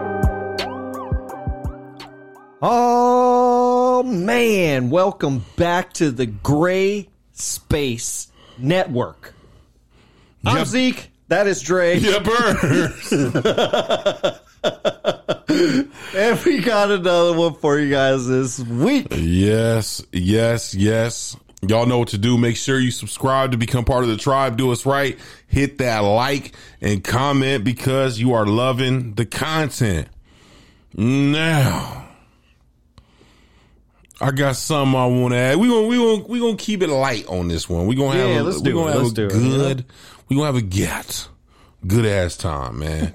and Oh, welcome back to the Gray Space Network. I'm Yep. Zeke. That is Dre. Yepper. And we got another one for you guys this week. yes, yes, yes. Y'all know what to do. Make sure you subscribe to become part of the tribe. Do us right. Hit that like and comment because you are loving the content. Now, I got something I want to add. We gonna we gonna we gonna keep it light on this one. We gonna have Yeah, a, let's we do gonna it. have Let's a do it. good. We gonna have a get good ass time, man.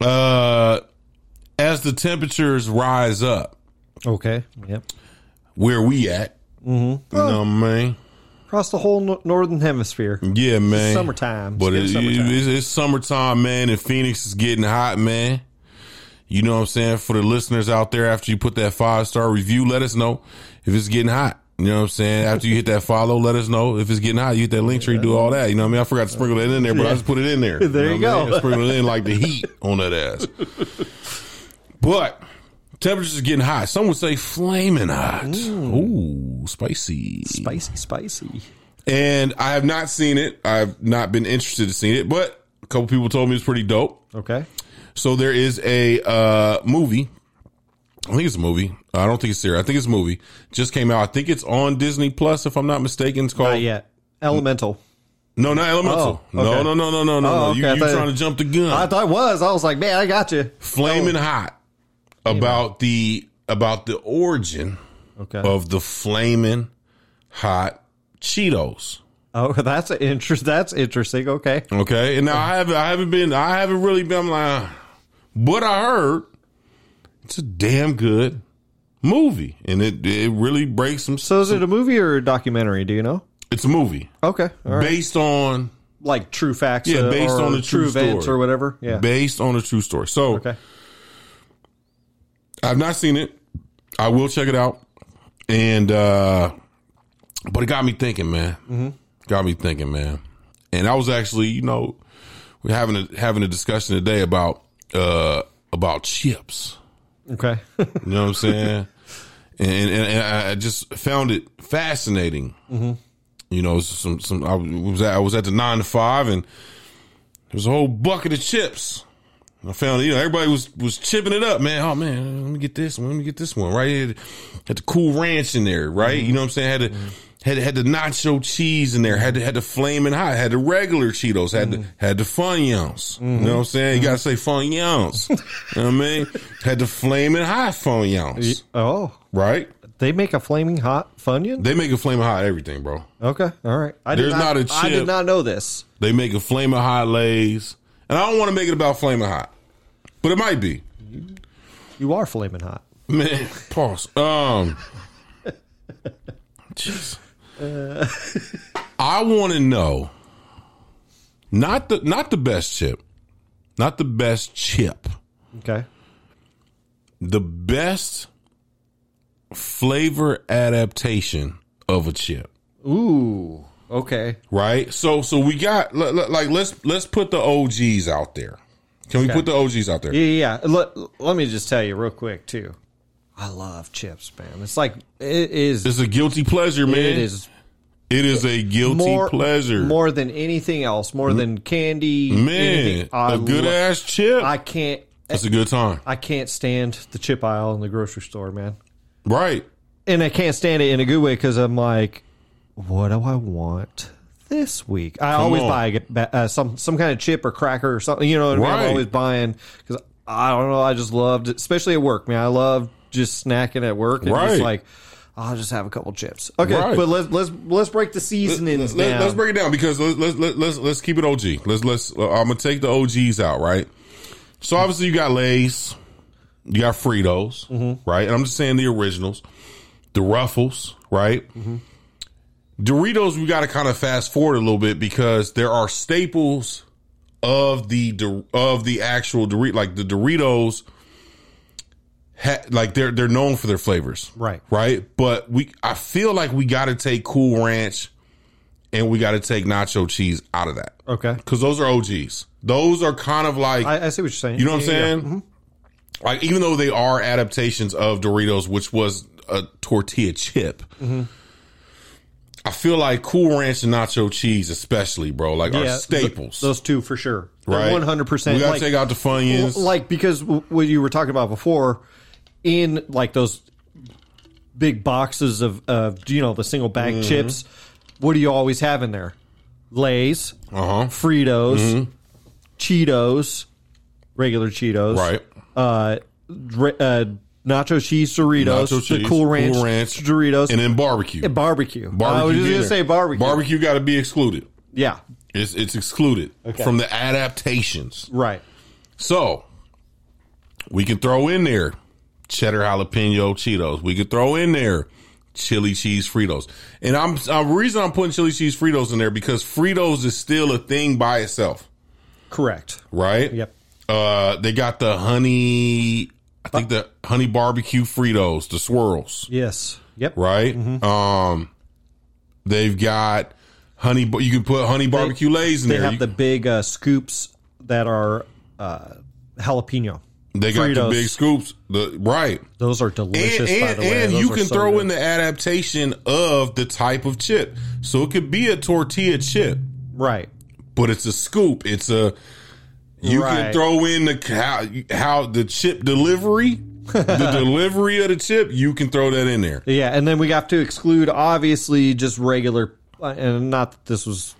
uh, as the temperatures rise up, Okay. Yep. where we at? Mm-hmm. You know what I mean? Across the whole nor- northern hemisphere. Yeah, man. summertime. It's But getting it- summertime. it- it's, it's summertime, man, and Phoenix is getting hot, man. You know what I'm saying? For the listeners out there, after you put that five star review, let us know if it's getting hot. You know what I'm saying? After you hit that follow, let us know if it's getting hot. You hit that link tree, do all that. You know what I mean? I forgot to sprinkle that in there, but I just put it in there. There you know what I mean? go. Sprinkle it in like the heat on that ass. But temperatures are getting hot. Some would say flaming hot. Mm. Ooh, spicy. Spicy, spicy. And I have not seen it. I've not been interested to see it, but a couple people told me it's pretty dope. Okay. So there is a uh, movie. I think it's a movie. I don't think it's serious. I think it's a movie. Just came out. I think it's on Disney Plus, if I'm not mistaken. It's Not called yet. Elemental. No, not Elemental. Oh, okay. No, no, no, no, no, no, Oh, no. okay. You, I you thought- trying to jump the gun? I thought Oh. it was. I was like, man, I got you. Flaming hot about the about the origin Okay. of the flaming hot Cheetos. oh, that's a interest. That's interesting. Okay. Okay, and now I haven't, I haven't been, I haven't really been I'm like, but I heard it's a damn good movie, and it it really breaks some. So is it a movie or a documentary? Do you know? It's a movie Okay. All right. based on like true facts. Yeah, uh, based or on the true events story. or whatever. Yeah. based on a true story. So okay. I've not seen it. I will check it out, and uh but it got me thinking, man. Mm-hmm. Got me thinking, man. And I was actually, you know, we're having a having a discussion today about uh about chips. Okay. You know what I'm saying? and, and and I I just found it fascinating. Mm-hmm. You know, some some I was at, I was at the nine to five, and there was a whole bucket of chips. And I found you know everybody was was chipping it up, man. Oh man, let me get this one. Let me get this one right here. Had the cool ranch in there, right? You know what I'm saying? Had the had had the nacho cheese in there. Had the, had the flaming hot. Had the regular Cheetos. Had the had the funyuns. You know what I'm saying? You gotta say funyuns. you know what I mean? Had the flaming hot funyuns, oh, right? they make a flaming hot funyun. They make a flaming hot everything, bro. Okay. All right. I There's did not, not a I did chip. not know this. They make a flaming hot lays, and I don't want to make it about flaming hot, but it might be. You are flaming hot. Man, pause. Um, jeez. I want to know not the not the best chip, not the best chip, Okay. the best flavor adaptation of a chip. Ooh. Okay. right? So so we got l- l- like let's let's put the OGs out there. Can we put the OGs out there? Yeah. yeah, yeah. Let, let me just tell you real quick too. I love chips, man. It's like it is. It's a guilty pleasure, man. It is It is a guilty more pleasure, more than anything else. More than candy. man. anything. I A good lo- ass chip. I can't. That's a good time, I can't stand the chip aisle in the grocery store, man. right? and I can't stand it in a good way because I'm like, what do I want this week? I always on. buy a- ba- uh, some some kind of chip or cracker or something. You know what I mean? I'm Right. always buying because I don't know. I just loved, especially at work, man. I love just snacking at work and Right. just like. I'll just have a couple chips. Okay, Right. but let's let's let's break the seasonings Let, down. us break it down because let's let's let's let's, let's keep it OG. Let's let's I'm gonna take the OGs out, right? So obviously you got Lay's, you got Fritos, right? And I'm just saying the originals, the Ruffles, right? Doritos, we got to kind of fast forward a little bit because there are staples of the Dor- of the actual Dorito, like the Doritos. Ha, like they're they're known for their flavors, Right. Right, but we I feel like we got to take Cool Ranch and we got to take nacho cheese out of that okay, because those are OGs. Those are kind of like I, I see what you're saying. you know what I'm Yeah, yeah, yeah. saying. Like even though they are adaptations of Doritos, which was a tortilla chip. Mm-hmm. I feel like Cool Ranch and nacho cheese, especially, bro, like are th- staples. those two for sure. right, One hundred percent. We gotta Like, take out the funyuns. like because w- what you were talking about before, in like those big boxes of of you know the single bag Mm-hmm. chips, what do you always have in there? Lay's, uh huh. Fritos, Cheetos, regular Cheetos, Right. Uh, dr- uh, nacho cheese Doritos, Nacho the cheese, Cool Ranch, Cool Ranch, Doritos, And then barbecue. barbecue. Barbecue I was get just gonna it. say barbecue. Barbecue got to be excluded. Yeah, It's it's excluded from the adaptations. right. So we can throw in there cheddar jalapeno Cheetos. We could throw in there chili cheese Fritos. And I'm uh, the reason I'm putting chili cheese Fritos in there because Fritos is still a thing by itself, Correct. right? Yep. Uh, they got the honey. I think the honey barbecue Fritos, the swirls, Yes. Yep. right? Mm-hmm. Um, they've got honey. You can put honey barbecue lays in They there. have You- the big uh, scoops that are uh, jalapeno. They got the Fritos. big scoops. The right. Those are And, delicious. by and, the way. and Those you are can so throw good. in the adaptation of the type of chip. So it could be a tortilla chip, right. but it's a scoop. It's a you can Right. throw in the how, how the chip delivery, the delivery of the chip, you can throw that in there. Yeah, and then we have to exclude obviously just regular, uh, and not that this was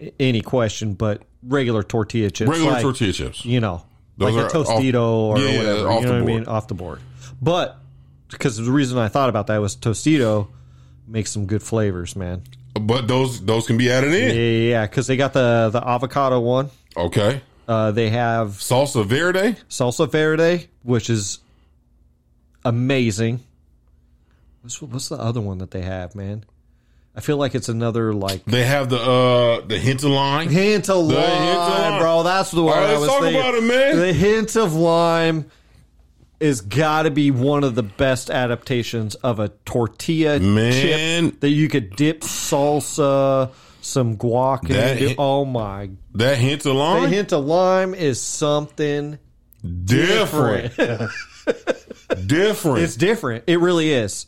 i- any question, but regular tortilla chips, Regular like, tortilla chips. you know, Those like a are off- tostito or Yeah, yeah, whatever. off you the know what I board. mean? Off the board, but because the reason I thought about that was tostito makes some good flavors, man. But those those can be added in. Yeah, because they got the the avocado one. Okay. Uh, they have Salsa verde? salsa verde, which is amazing. What's, what's the other one that they have, man? I feel like it's another like They have the uh the hint of lime. hint of hint of lime. lime, bro. That's the one All right, I let's was talk thinking. about it, man. The hint of lime is got to be one of the best adaptations of a tortilla Man. chip that you could dip salsa, some guac, in That and do. hint- oh my! That hint of The lime? hint of lime is something different. Different. It's different. It really is.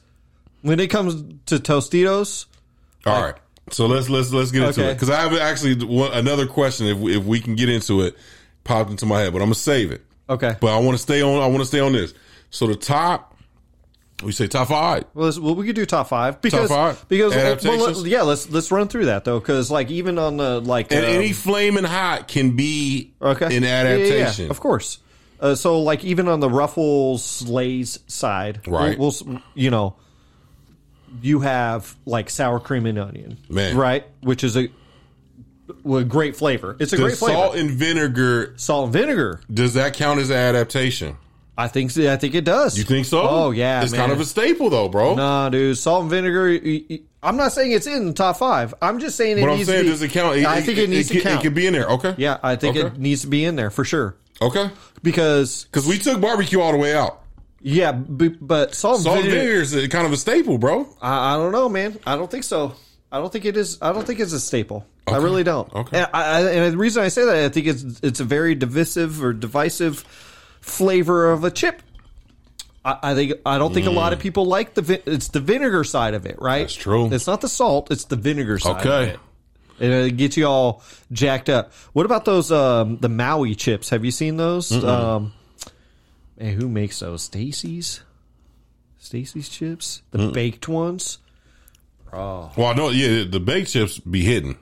When it comes to Tostitos, All right. So let's let's let's get into Okay. it because I have actually one, another question. If we, if we can get into it, popped into my head, but I'm gonna save it. okay. But I want to stay on. I want to stay on this. So the top, we say top five. well, let's- well, we could do top five because five? because uh, Adaptations? well, let- yeah, let's let's run through that though because like even on the like And um, any flaming hot can be okay an Yeah, yeah, yeah, adaptation. of course. Uh, so like even on the Ruffles Lays side, Right. We'll, we'll- you know, you have like sour cream and onion, Man. right? Which is a, well, great flavor. It's a The great flavor. salt and vinegar salt and vinegar. does that count as an adaptation? I think I think it does. You think so? Oh yeah, it's man. kind of a staple though, bro. Nah, dude, salt and vinegar. y- y- I'm not saying it's in the top five. I'm just saying it but I'm needs to saying, be. does it count? I think it, needs to can- count. It could be in there. Okay. yeah, I think it Okay. needs to be in there for sure. Okay. Because Because we took barbecue all the way out. yeah, b- but salt, Salt and and vinegar. vinegar is a- kind of a staple, bro. I, I don't know, man. I don't think so. I don't think it is. I don't think it's a staple. I really don't. Okay. And, I, I- and the reason I say that, I think it's it's a very divisive or divisive flavor of a chip. I, I think I don't think a lot of people like the vi- it's the vinegar side of it, right? Mm. That's true. It's not the salt; it's the vinegar side. of Okay. it. and it uh, gets you all jacked up. What about those um, the Maui chips? Have you seen those? Um, man, who makes those? Stacy's, Stacy's chips, the baked ones. Well, no, yeah, the baked chips be hidden.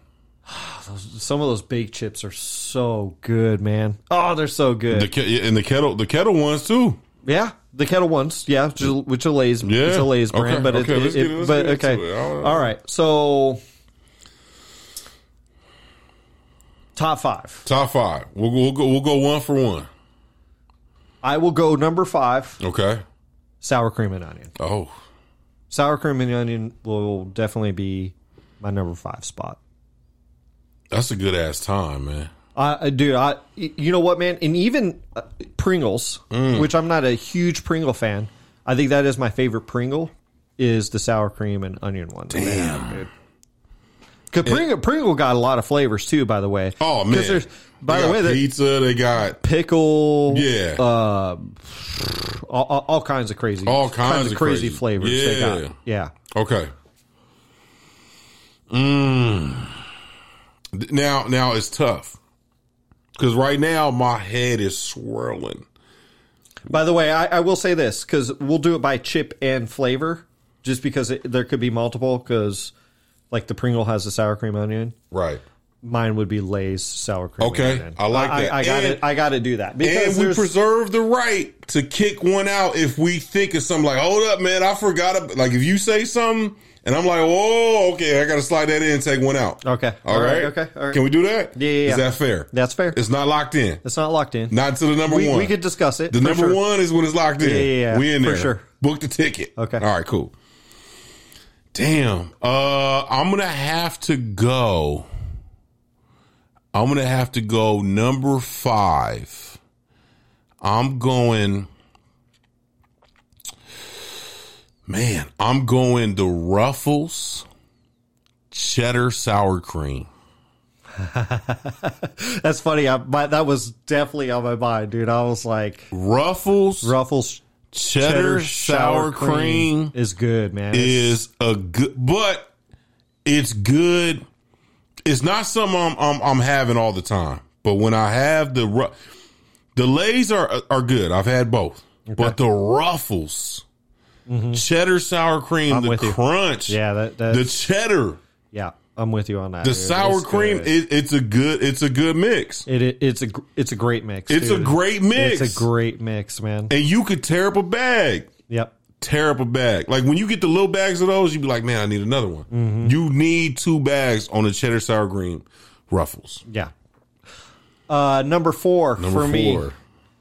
Some of those baked chips are so good, man. Oh, they're so good. The ke- and the kettle, the kettle ones too. yeah, the kettle ones. Yeah, which is- which is a Lay's, Yeah. it's a Lay's brand, Okay, but it, okay, let's it, get- let's but get into okay, it. All right. all right. So, top five. Top five. We'll, we'll go. We'll go one for one. I will go number five: Okay. sour cream and onion. Oh, sour cream and onion will definitely be my number five spot. that's a good ass time, man. I, I- dude, I you know what, man, and even uh, Pringles, Mm. which I'm not a huge Pringle fan. I think that is my favorite Pringle is the sour cream and onion one. Damn, dude. 'Cause Pringle, Pringle got a lot of flavors too, by the way. Oh 'Cause man! there's- by They the got way, the pizza they got pickle, Yeah. uh, all, all, all kinds of crazy, All kinds of crazy, crazy. flavors. They Yeah. got. yeah. okay. Mm. Now, now it's tough because right now my head is swirling. By the way, I, I will say this because we'll do it by chip and flavor, just because it, there could be multiple. Because like the Pringle has the sour cream onion, Right. mine would be Lay's sour cream. Okay, onion. I like I, that. I, got And- it. I got to do that And because we there's preserve the right to kick one out if we think of something like, hold up, man, I forgot. ab-" Like if you say something and I'm like, oh, okay, I got to slide that in and take one out. okay. All right. Okay. All right. Can we do that? Yeah, yeah, Is yeah. that fair? That's fair. It's not locked in. It's not locked in. Not to the number we, one. we could discuss it. The for number sure. one is when it's locked in. Yeah, yeah, yeah. We in For there. sure. Book the ticket. Okay. All right, cool. Damn. Uh I'm gonna have to go. I'm gonna have to go number five. I'm going Man, I'm going the Ruffles cheddar sour cream. That's funny. I, my, that was definitely on my mind, dude. I was like, Ruffles Ruffles cheddar, sour cream. is good, man. is a good, but it's good. It's not something I'm, I'm I'm having all the time, but when I have the ru- the lays are are good. I've had both, but the ruffles, cheddar sour cream, the Mm-hmm. with you. crunch, yeah, that, that the cheddar, yeah. I'm with you on that. the sour cream. It, it's a good it's a good mix. It, it it's a gr- it's a great mix. It's dude. a great mix, It's a great mix, man. and you could tear up a bag. Yep. tear up a bag. Like when you get the little bags of those, you be like, man, I need another one. Mm-hmm. You need two bags on the cheddar sour cream ruffles. Yeah. Uh, number four for me four.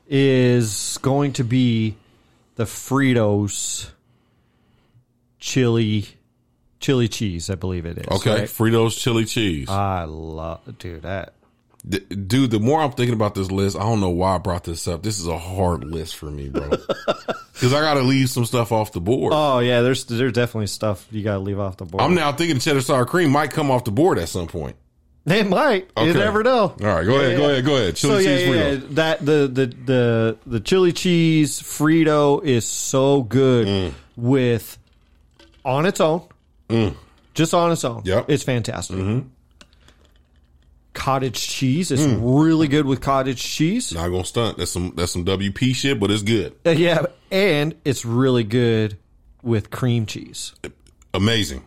is going to be the Fritos chili chili cheese. I believe it is. Okay, right? Fritos chili cheese. I love, dude. That D- dude, the more I'm thinking about this list, I don't know why I brought this up. This is a hard list for me, bro. Because I got to leave some stuff off the board. Oh yeah, there's there's definitely stuff you gotta leave off the board. I'm now thinking cheddar sour cream might come off the board at some point. they might. You Okay. never know. All right, go ahead, go ahead, go ahead. Chili So yeah, cheese yeah, yeah, Fritos. that the, the the the chili cheese Frito is so good Mm. with on its own, just on its own. Mm. Yep. Mm-hmm. it's fantastic. Cottage cheese is Mm. really good with cottage cheese. Not gonna stunt. That's some that's some WP shit, but it's good. Uh, Yeah, and it's really good with cream cheese. Amazing.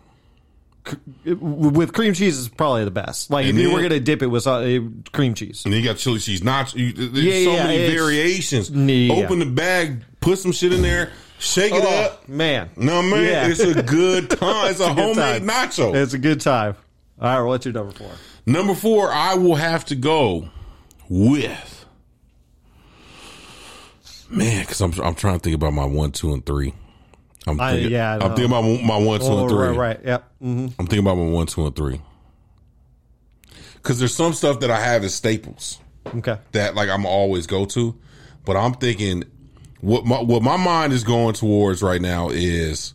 It- With cream cheese is probably the best. Like And if you were then- gonna dip it with uh, cream cheese. And then you got chili cheese nachos. You, there's Yeah, so yeah, many it's- variations. Yeah. Open the bag, put some shit in there, shake it Oh, up. man. No man, Yeah. it's a good time. It's, a, good homemade time. nacho. It's a good time. All right, what's your number four? Number four, I will have to go with man, because I'm I'm trying to think about my one, two, and three. I'm I- thinking, yeah, I I'm know. thinking about my one, two, and Oh, three. right, right. Yep. hmm I'm thinking about my one, two, and three. Because there's some stuff that I have as staples. Okay. that like I'm always go to, but I'm thinking what my what my mind is going towards right now is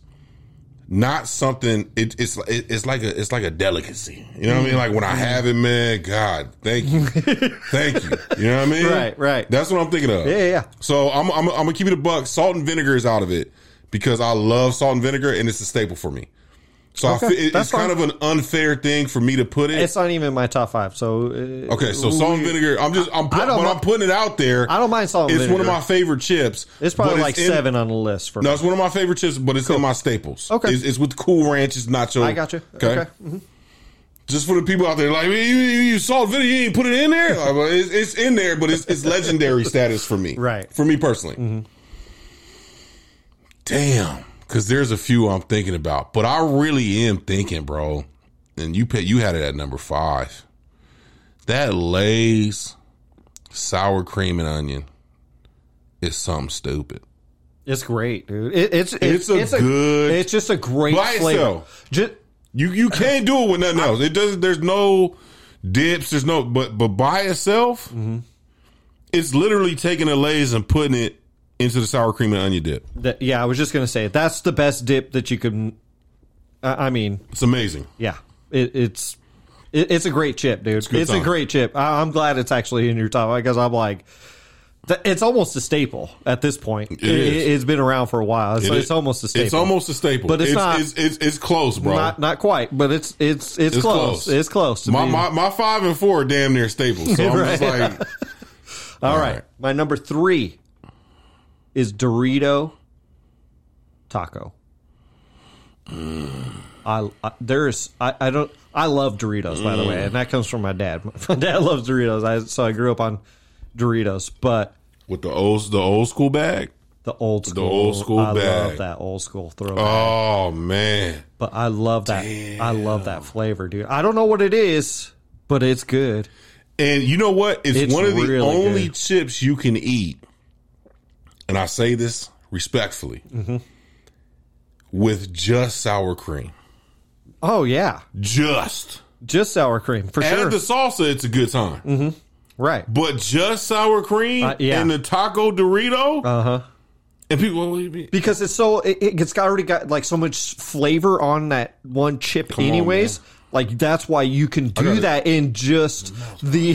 not something it, it's it, it's like a it's like a delicacy. You know what I mean? Like when Mm-hmm. I have it, man, God, thank you, thank you. You know what I mean? Right, right. That's what I'm thinking of. Yeah, yeah, yeah. So I'm I'm, I'm gonna keep it a buck. Salt and vinegar is out of it because I love salt and vinegar and it's a staple for me. So I fe- it, that's it's kind of fine. an unfair thing for me to put it. It's not even in my top five. So uh, okay, so salt and vinegar. I'm just I'm, I don't but mi- I'm putting it out there. I don't mind salt. and It's one of vinegar. my favorite chips. It's probably but like in- seven on the list for No, me. it's one of my favorite chips, but it's in my staples. Okay. it's, it's with Cool Ranch. It's nacho. I got you. Okay. Mm-hmm. just for the people out there, like you, you, you saw video, you ain't put it in there. Like, well, it's, it's in there, but it's, it's legendary status for me, Right. Mm-hmm. For me personally. Damn, because there's a few I'm thinking about, but I really am thinking, bro. And you pay, you had it at number five. That Lay's sour cream and onion is something stupid. It's great, dude. It, it's, it's It's a good- It's just a great By flavor. itself. Just, You you can't do it with nothing else. It doesn't. There's no dips. There's no. But but by itself, it's literally taking the Lay's and putting it into the sour cream and onion dip. that, yeah, I was just gonna say that's the best dip that you can. I I mean, It's amazing. yeah, it, it's It, it's a great chip, dude. It's, good a time. great chip. I, I'm glad it's actually in your top because I'm like, th- it's almost a staple at this point. It is. It, has been around for a while, so It- it's almost a staple. It's almost a staple, But it's not- It's, it's, it's close, bro. not not quite, but it's it's it's, close. It's close. To my, being- my my five and four are damn near staples. So I'm just like, all all right. right. my number three is Dorito taco. I, I there's I, I don't I love Doritos by the Mm. way, and that comes from my dad. My dad loves Doritos, I, so I grew up on Doritos. But with the old the old school bag. the old school, old school I bag. love that old school throwback. Oh man, But I love that. I love that flavor, dude. I don't know what it is, but it's good. and you know what? It's, It's one of the really only good. chips you can eat. And I say this respectfully, with just sour cream, Oh yeah, just just sour cream for add sure. the salsa. It's a good time, right. but just sour cream Uh, yeah. Uh-huh. and the taco Dorito. Uh huh. And people, what do you mean? because it's so it, it's got- already got like so much flavor on that one chip on, anyways like that's why you can do gotta- that in just the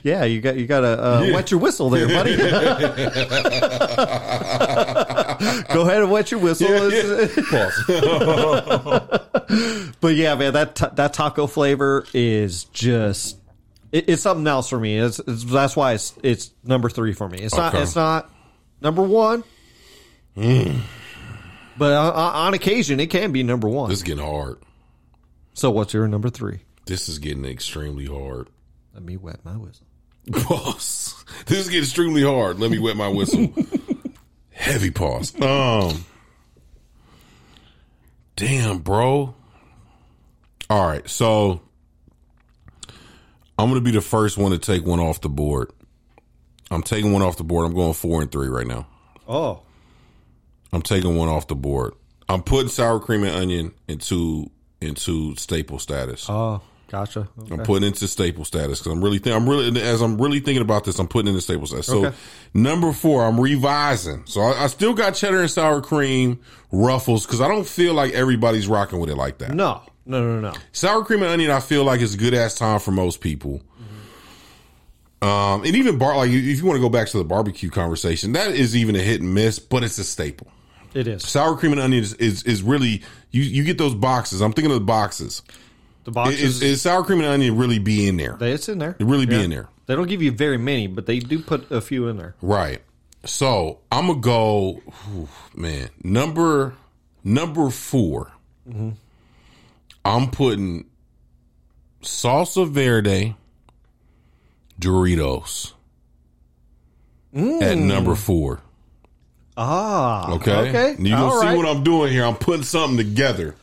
yeah you got you gotta uh, wet your whistle there buddy go ahead and wet your whistle but yeah man that ta- that taco flavor is just it, it's something else for me it's, it's that's why it's it's number three for me it's not Okay. it's not number one but on, on on occasion, it can be number one. This is getting hard. so what's your number three? This is getting extremely hard. Let me wet my whistle. Pause. This is getting extremely hard. Let me wet my whistle. Heavy pause. Um. Damn, bro. All right, so I'm gonna be the first one to take one off the board. I'm taking one off the board. I'm going four and three right now. Oh, I'm taking one off the board. I'm putting sour cream and onion into into staple status. oh, gotcha. I'm putting into staple status because I'm really, think I'm really, as I'm really thinking about this, I'm putting into staple status. So Okay. number four, I'm revising. So I, I still got cheddar and sour cream ruffles because I don't feel like everybody's rocking with it like that. No, no, no, no. Sour cream and onion, I feel like is a good ass time for most people. Um, and even bar, like if you want to go back to the barbecue conversation, that is even a hit and miss, but it's a staple. It is Sour cream and onion is, is, is really, you, you get those boxes. I'm thinking of the boxes. the Is, boxes. is sour cream and onion really be in there? they- it's in there. It really be in there. They don't give you very many, but they do put a few in there. Right. So I'm gonna go, whew, man. Number number 4 i I'm putting salsa verde Doritos Mm. at number four. Ah, Okay. okay. You gonna All see right. what I'm doing here? I'm putting something together.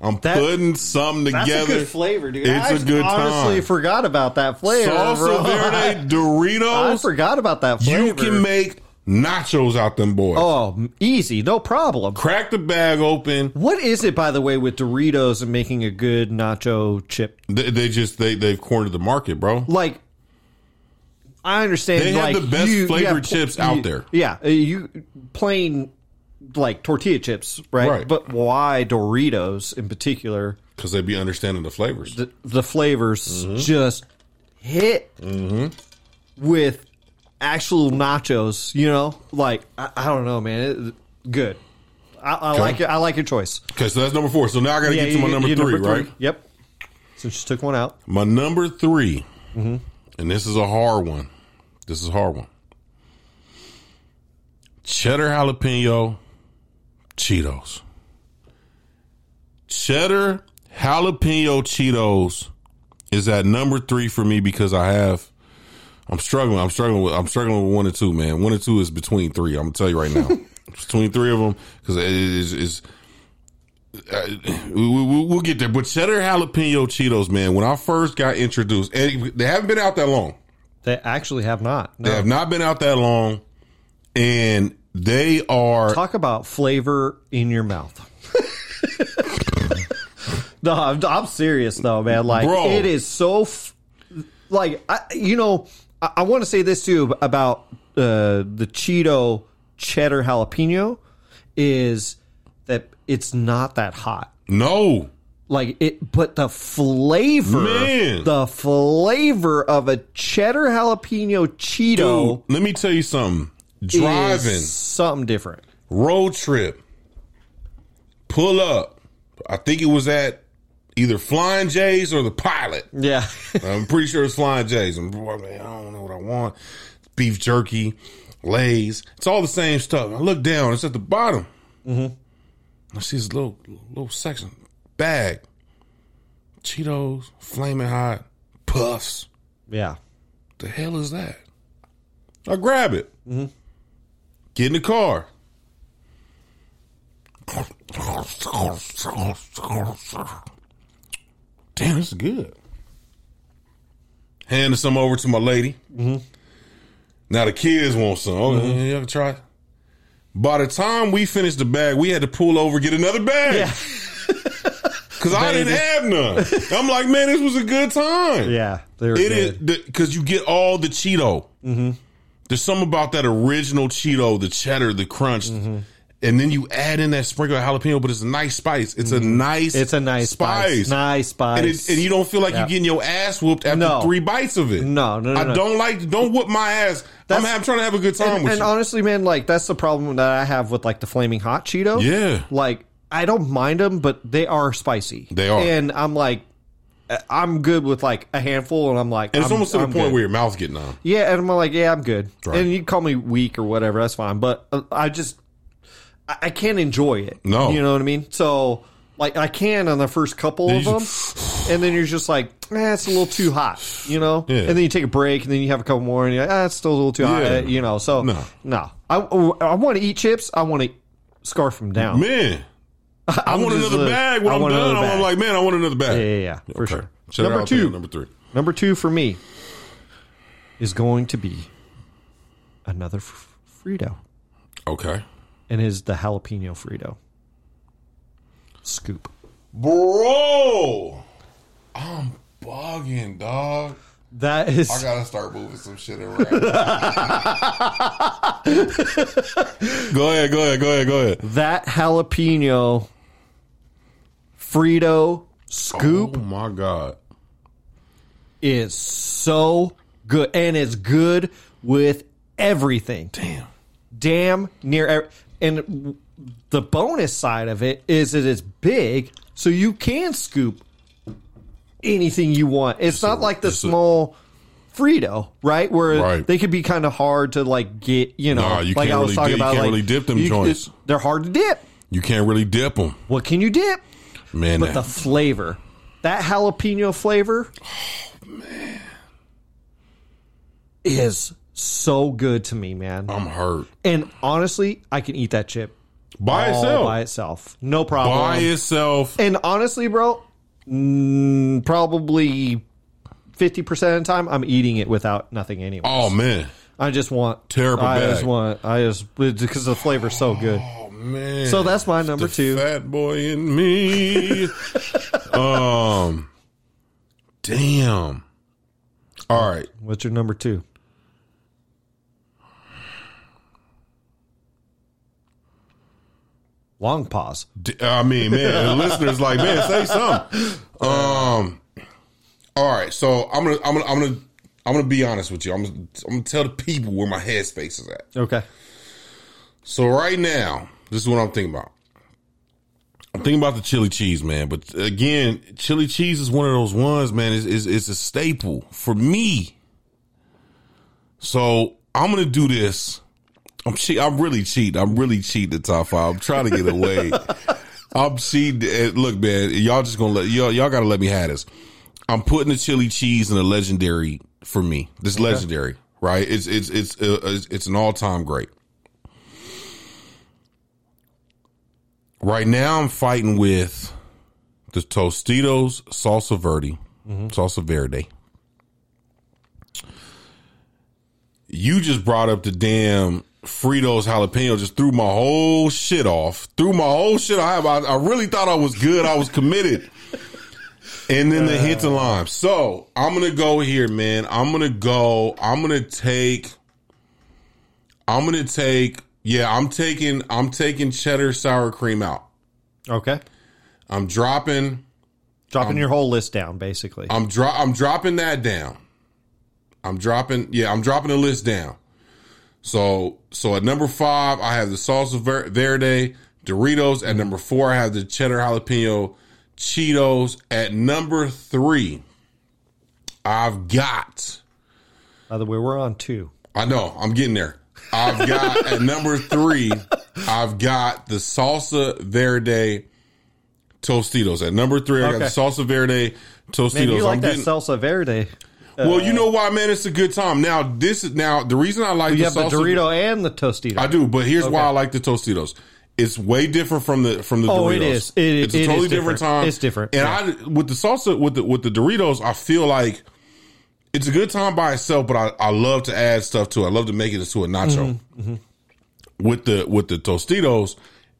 I'm That- putting something That's together. a good flavor, dude. It's I a good honestly time. forgot about that flavor. bro. salsa verde I Doritos. forgot about that flavor. You can make nachos out them boys. oh m- easy, no problem. Crack the bag open. What is it, by the way, with Doritos and making a good nacho chip? They, they just they they've cornered the market, bro. Like, I understand. They have like, the best flavored pl- chips out you- there. Yeah, uh, you plain like tortilla chips, right? Right. But why Doritos in particular? Because they be understanding the flavors. The, the flavors Mm-hmm. just hit with actual nachos. You know, like I, I don't know, man. It, good. I, I like it. I like your choice. Okay, so that's number four. So now I got to get to you- my number you're three, right? Yep. So she took one out. My number 3 and this is a hard one. This is a hard one. Cheddar jalapeno Cheetos. Cheddar jalapeno Cheetos is at number three for me because I have. I'm struggling. I'm struggling with. I'm struggling with one and two, man. One and two is between three. I'm gonna tell you right now, It's between three of them because it is. is we, we, we'll get there. But cheddar jalapeno Cheetos, man, when I first got introduced, and they haven't been out that long. They actually have not. No. They have not been out that long, and they are Talk about flavor in your mouth. no, I'm, I'm serious though, man. Like Bro. it is so, f- like I, you know, I, I want to say this too ab- about uh, the Cheeto cheddar jalapeno is that it's not that hot. no. Like it, but the flavor, Man. the flavor of a cheddar jalapeno Cheeto Dude, let me tell you something. is Driving, something different. road trip, pull up. I think it was at either Flying J's or the pilot. Yeah, I'm pretty sure it's Flying J's. I'm, boy, man, I don't know what I want. Beef jerky, Lay's. It's all the same stuff. I look down. It's at the bottom. Mm-hmm. I see this little little section bag. Cheetos, flaming hot, puffs. yeah. The hell is that? I grab it. Get in the car. Damn, this is good. Handing some over to my lady. Now the kids want some. Oh, yeah, y'all can try. it. By the time we finished the bag, we had to pull over get another bag. Yeah. Cause I didn't have none. I'm like, man, this was a good time. Yeah, they're It good. is because you get all the Cheeto. Mm-hmm. There's something about that original Cheeto, the cheddar, the crunch, Mm-hmm. and then you add in that sprinkle of jalapeno. But it's a nice spice. It's a nice. Mm-hmm. It's a nice spice. Nice spice. And, it, and you don't feel like Yeah. you're getting your ass whooped after No. three bites of it. No, no, no, I no. don't like. Don't whoop my ass. I'm, That's- ha- I'm trying to have a good time and, with and you. honestly, man, like that's the problem that I have with like the flaming hot Cheeto. Yeah. like I don't mind them, but they are spicy. They are. and I'm like, I- I'm good with like a handful, and I'm like, and it's I'm- almost to the I'm point good. where your mouth getting numb. yeah, and I'm like, yeah, I'm good. Right. And you can call me weak or whatever, that's fine. But uh, I just, I, I can't enjoy it. No. you know what I mean. So. Like I can on the first couple of you them, and then you're just like, eh, it's a little too hot, you know. Yeah. And then you take a break, and then you have a couple more, and you're like, ah, it's still a little too hot, Yeah. eh, you know. So No. no, I, I want to eat chips. I want to scarf them down. Man, I want just another like- bag when I I'm want done. another I'm bag. like, man, I want another bag. Yeah, yeah, yeah, for Okay. sure. Cheddar number jalapeno, two, number three. number two for me is going to be another f- Frito, Okay. and is the jalapeno Frito scoop. Bro, I'm bugging, dog. That is I gotta start moving some shit around. go ahead, go ahead, go ahead, go ahead. that jalapeno Frito scoop. Oh my god. is so good, and it's good with everything. Damn, damn near. Every, and the bonus side of it is that it's big, so you can scoop anything you want. It's not like the it's a- small. Frito, right? Where Right. they could be kind of hard to like get, you know, Nah, you like can't I was really talking dip- you about, can't like, really dip them joints. They're hard to dip. You can't really dip them, What can you dip? man. But the that- flavor, that jalapeno flavor, Oh, is so good to me, man. I'm hurt and honestly, I can eat that chip by all itself. by By, itself, no problem. itself. and honestly, bro, mm, probably fifty percent of the time, I'm eating it without nothing anyway. Oh man. I just want Terrible I just bag. want. I just because the flavor's so good. Oh man. So that's my number the two. Fat boy in me. um. Damn. All right. What's your number two? Long pause. D- I mean, man, the listeners like, man, say something. Um, all right, so I'm gonna, I'm gonna, I'm gonna, I'm gonna be honest with you. I'm, gonna, I'm gonna tell the people where my headspace is at. Okay. So right now, this is what I'm thinking about. I'm thinking about the chili cheese, man. But again, chili cheese is one of those ones, man. It's, it's, it's a staple for me. So I'm gonna do this. I'm che- I'm really cheating. I'm really cheating the top five. I'm trying to get away. I'm cheating. Eh, Look, man, y'all just gonna let y'all y'all gotta let me have this. I'm putting the chili cheese in a legendary for me. This legendary, right? It's it's it's uh, it's, it's an all time great. Right now, I'm fighting with the Tostitos salsa verde, salsa verde. You just brought up the damn Fritos jalapeno, just threw my whole shit off. Threw my whole shit. I have. I, I really thought I was good. I was committed. And then the hint and lime. So I'm gonna go here, man. I'm gonna go. I'm gonna take. I'm gonna take. Yeah, I'm taking. I'm taking cheddar sour cream out. Okay. I'm dropping Dropping Um, your whole list down, basically. I'm dro- I'm dropping that down. I'm dropping yeah, I'm dropping the list down. So so at number five, I have the salsa ver- verde Doritos. At number four, I have the cheddar jalapeno Cheetos. At number three, I've got. By the way, we're on two. I know I'm getting there. I've got at number three, I've got the salsa verde Tostitos. At number three, I got the Okay. salsa verde Tostitos. Man, you like I'm that getting- salsa verde. well, Uh, you know why, man? It's a good time. Now, this is now the reason I like You the have the salsa. Dorito and the Tostito. I do, but here's why I like the Tostitos. It's way different from the from the Oh, Doritos. it is. It- it- it's a it is totally different. different time. It's different, And I with the salsa with the with the Doritos, I feel like it's a good time by itself, but I, I love to add stuff to it. I love to make it into a nacho. Mm-hmm. With the with the Tostitos,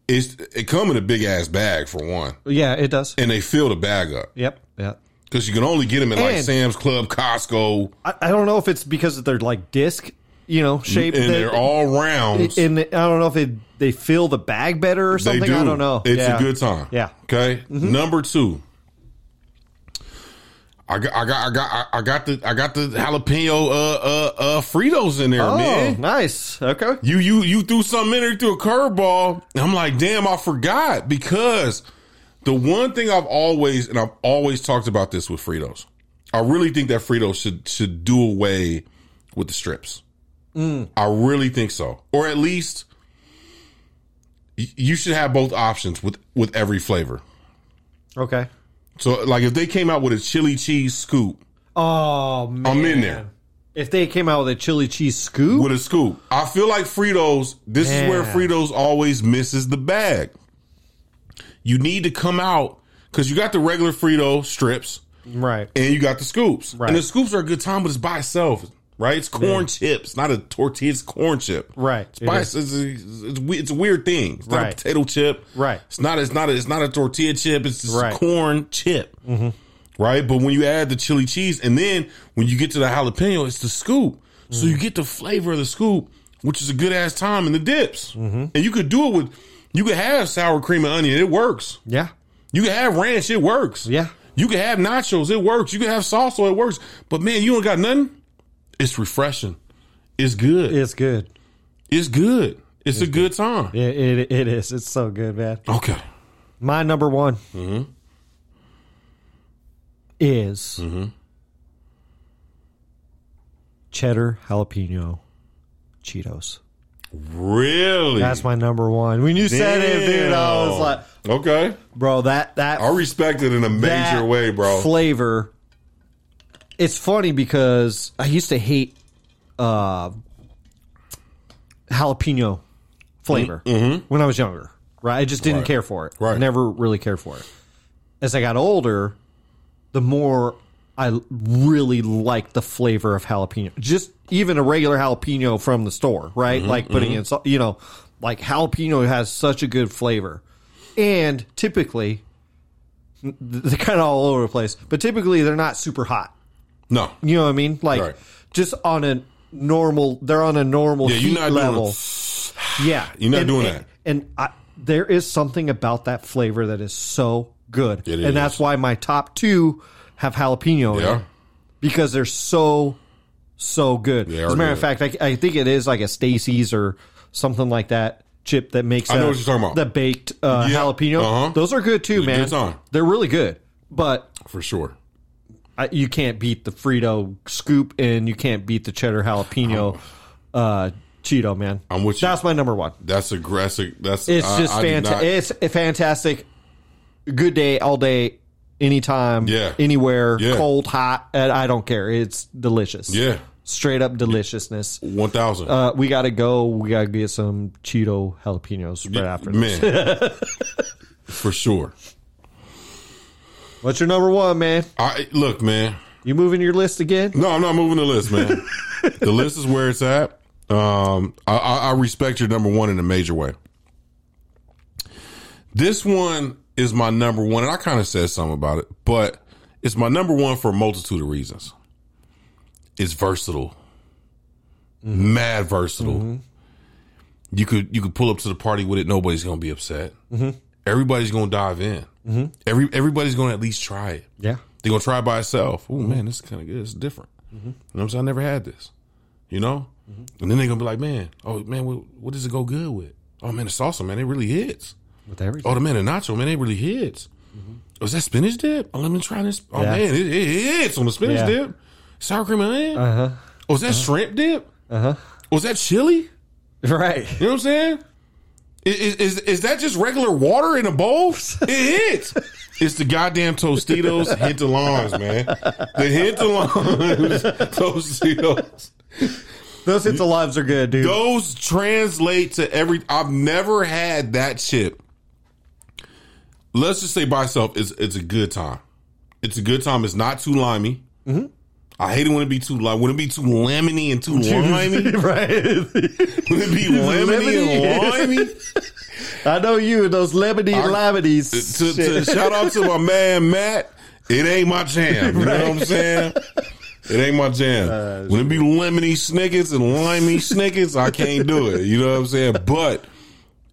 it's it come in a big ass bag for one. yeah, it does. And they fill the bag up. Yep. Yeah. Because you can only get them at like And- Sam's Club, Costco, I, I don't know if it's because they're like disc, you know, and shaped. that- they're all rounds. and I don't know if it, they feel the bag better or something. I don't know. It's Yeah. a good time. Yeah. Mm-hmm. Okay. Number two. I got, I got, I got, I- I got the, I got the jalapeno, uh, uh, uh, Fritos in there, Oh, man. nice. Okay. You, you, you threw something in there, you threw a curveball. And I'm like, damn, I forgot because the one thing I've always, and I've always talked about this with Fritos. I really think that Fritos should, should do away with the strips. I really think so. Or at least y- you should have both options with with every flavor. Okay. So like if they came out with a chili cheese scoop, Oh man. I'm in there If they came out with a chili cheese scoop, with a scoop. I feel like Fritos, this is where Man. Fritos always misses the bag. You need to come out cuz you got the regular Frito strips right? and you got the scoops. Right. And the scoops are a good time but it's by itself, right? It's corn chips, not a tortilla, it's corn chip. Right. It Spice is. is a, it's, we- it's a weird thing. It's not a Right. potato chip. Right. It's not. It's not. A, it's not a tortilla chip. It's just Right. Mm-hmm. corn chip. Right. But when you add the chili cheese, and then when you get to the jalapeno, it's the scoop. Mm. So you get the flavor of the scoop, which is a good ass time in the dips. Mm-hmm. And you could do it with. You could have sour cream and onion. It works. Yeah. You can have ranch. It works. Yeah. You can have nachos. It works. You can have salsa. It works. But man, you don't got nothing. It's refreshing. It's good. It's good. It's good. It's a good time. It, it it is. It's so good, man. Okay. My number one Mm-hmm. is Mm-hmm. cheddar jalapeno Cheetos. Really? That's my number one. When you said it, dude, I was like, okay. bro, that that I respect it in a major that way, bro. Flavor. It's funny because I used to hate uh, jalapeno flavor when I was younger. Right, I just didn't care for it. Mm-hmm. Right. never really cared for it. As I got older, the more I really liked the flavor of jalapeno. Just even a regular jalapeno from the store, right? Mm-hmm. like putting in, salt- you know, like jalapeno has such a good flavor, and typically they're kind of all over the place, but typically they're not super hot. no. You know what I mean? Like Right. just on a normal, they're on a normal Yeah, heat you're not level. doing. yeah, You're not And- doing and- that. And I, there is something about that flavor that is so good, It and is. that's why my top two have jalapeno. in Yeah. it because they're so so good. are As a matter of good. fact, I, I think it is like a Stacy's or something like that chip that makes. I know what you're talking about. The baked uh, Yeah, jalapeno. uh-huh. Those are good too, man. good time. They're really good, but For sure. I, you can't beat the Frito scoop and you can't beat the cheddar jalapeno uh, Cheeto, man. I'm with you. That's my number one. That's aggressive. That's It's I- just I do not- fantastic. It's a fantastic. Good day, all day, anytime, Yeah. anywhere, Yeah. cold, hot. and I don't care. It's delicious. Yeah. Straight up deliciousness. One thousand. Uh, we gotta go. We gotta get some Cheeto jalapenos right after this. Man. For sure. What's your number one, man? I look, man. You moving your list again? No, I'm not moving the list, man. the list is where it's at. Um, I, I, I respect your number one in a major way. This one is my number one, and I kind of said something about it, but it's my number one for a multitude of reasons. It's versatile, mad versatile. You could you could pull up to the party with it. Nobody's gonna be upset. Everybody's gonna dive in. Every everybody's going to at least try it. Yeah. They're gonna try it by itself. Oh man, this is kind of good. It's different. You know what I'm saying? I never had this. You know? And then they're gonna be like, man, oh man, what, what does it go good with? Oh man, the salsa, man, it really hits. With everything. Oh the man, the nacho, man, it really hits. Was that spinach dip? Oh, let me try this. Oh Yeah. man, it, it hits on the spinach Yeah. dip. Sour cream and onion. Uh-huh. Was that shrimp dip? Uh-huh. Was that chili? Right. You know what I'm saying? I- i- Is, is, that just regular water in a bowl? It hits. It's the goddamn Tostitos hintalons, man. The hintalons Tostitos. Those hits of lives are good, dude. Those translate to every. I've never had that chip. Let's just say by itself, it's it's a good time. It's a good time. It's not too limey. I hate it when it be too lime. When it be too lemony and too limey. right. When it be lemony and limey. I know you and those lemony limonies. to, to shout out to my man Matt. It ain't my jam. You know what I'm saying? It ain't my jam. Uh, when it be lemony snickets and limey snickets, I can't do it. You know what I'm saying? But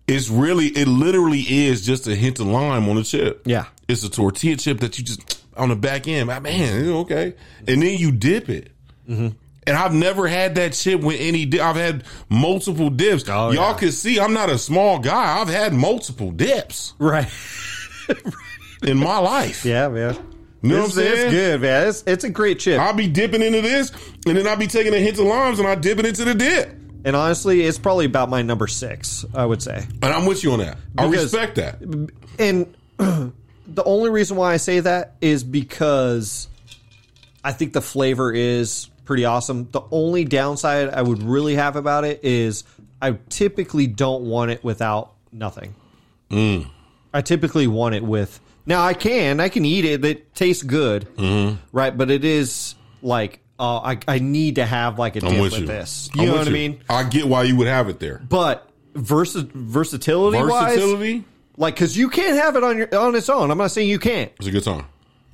it's really, it literally is just a hint of lime on the chip. Yeah. It's a tortilla chip that you just on the back end. ah, Man, okay. And then you dip it. Mm-hmm. And I've never had that chip with any. Di- I've had multiple dips. Y'all Oh, yeah. can see I'm not a small guy. I've had multiple dips Right. in my life. Yeah, man. You know what I'm It's, it's saying? good, man. It's, it's a great chip. I'll be dipping into this, and then I'll be taking a hint of limes, and I dip it into the dip. And honestly, it's probably about my number six, I would say. And I'm with you on that. I Because- respect that. And the only reason why I say that is because I think the flavor is pretty awesome. The only downside I would really have about it is I typically don't want it without nothing. Mm. I typically want it with. Now I can, I can eat it. It tastes good, Mm-hmm. right? But it is like uh, I, I need to have like a dip I'm with, with you. this. I'm You know with what I mean? I get why you would have it there. But versa- versatility, wise, Versatility like because you can't have it on your on its own. I'm not saying you can't, It's a good time.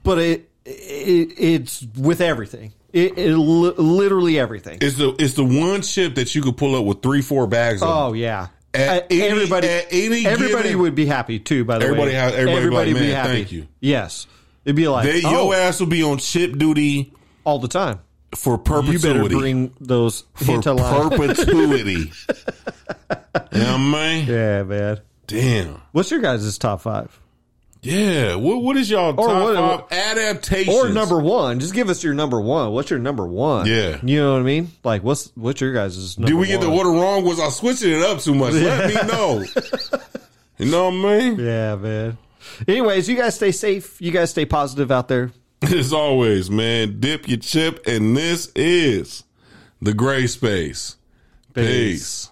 but it, it it's with everything. It, it li- literally everything. It's the it's the one chip that you could pull up with three, four bags of. oh yeah, At Uh, any- everybody at any everybody given- would be happy too. By the Everybody way, ha- everybody be like, "Man, thank you." Yes, it'd be like They, oh, Your ass will be on chip duty all the time. for You perpetuity. better bring those for into line. perpetuity. you know what I mean? yeah, man. Damn. What's your guys' top five Yeah. What what is y'all top what- five adaptations? or number one? Just give us your number one. What's your number one? Yeah. you know what I mean. Like what's what's your guys' number? Did we get the one? order wrong? Was I switching it up too much? Let me know. You know what I mean? Yeah, man. Anyways, you guys stay safe. You guys stay positive out there. As always, man, dip your chip, and this is the gray space. Peace.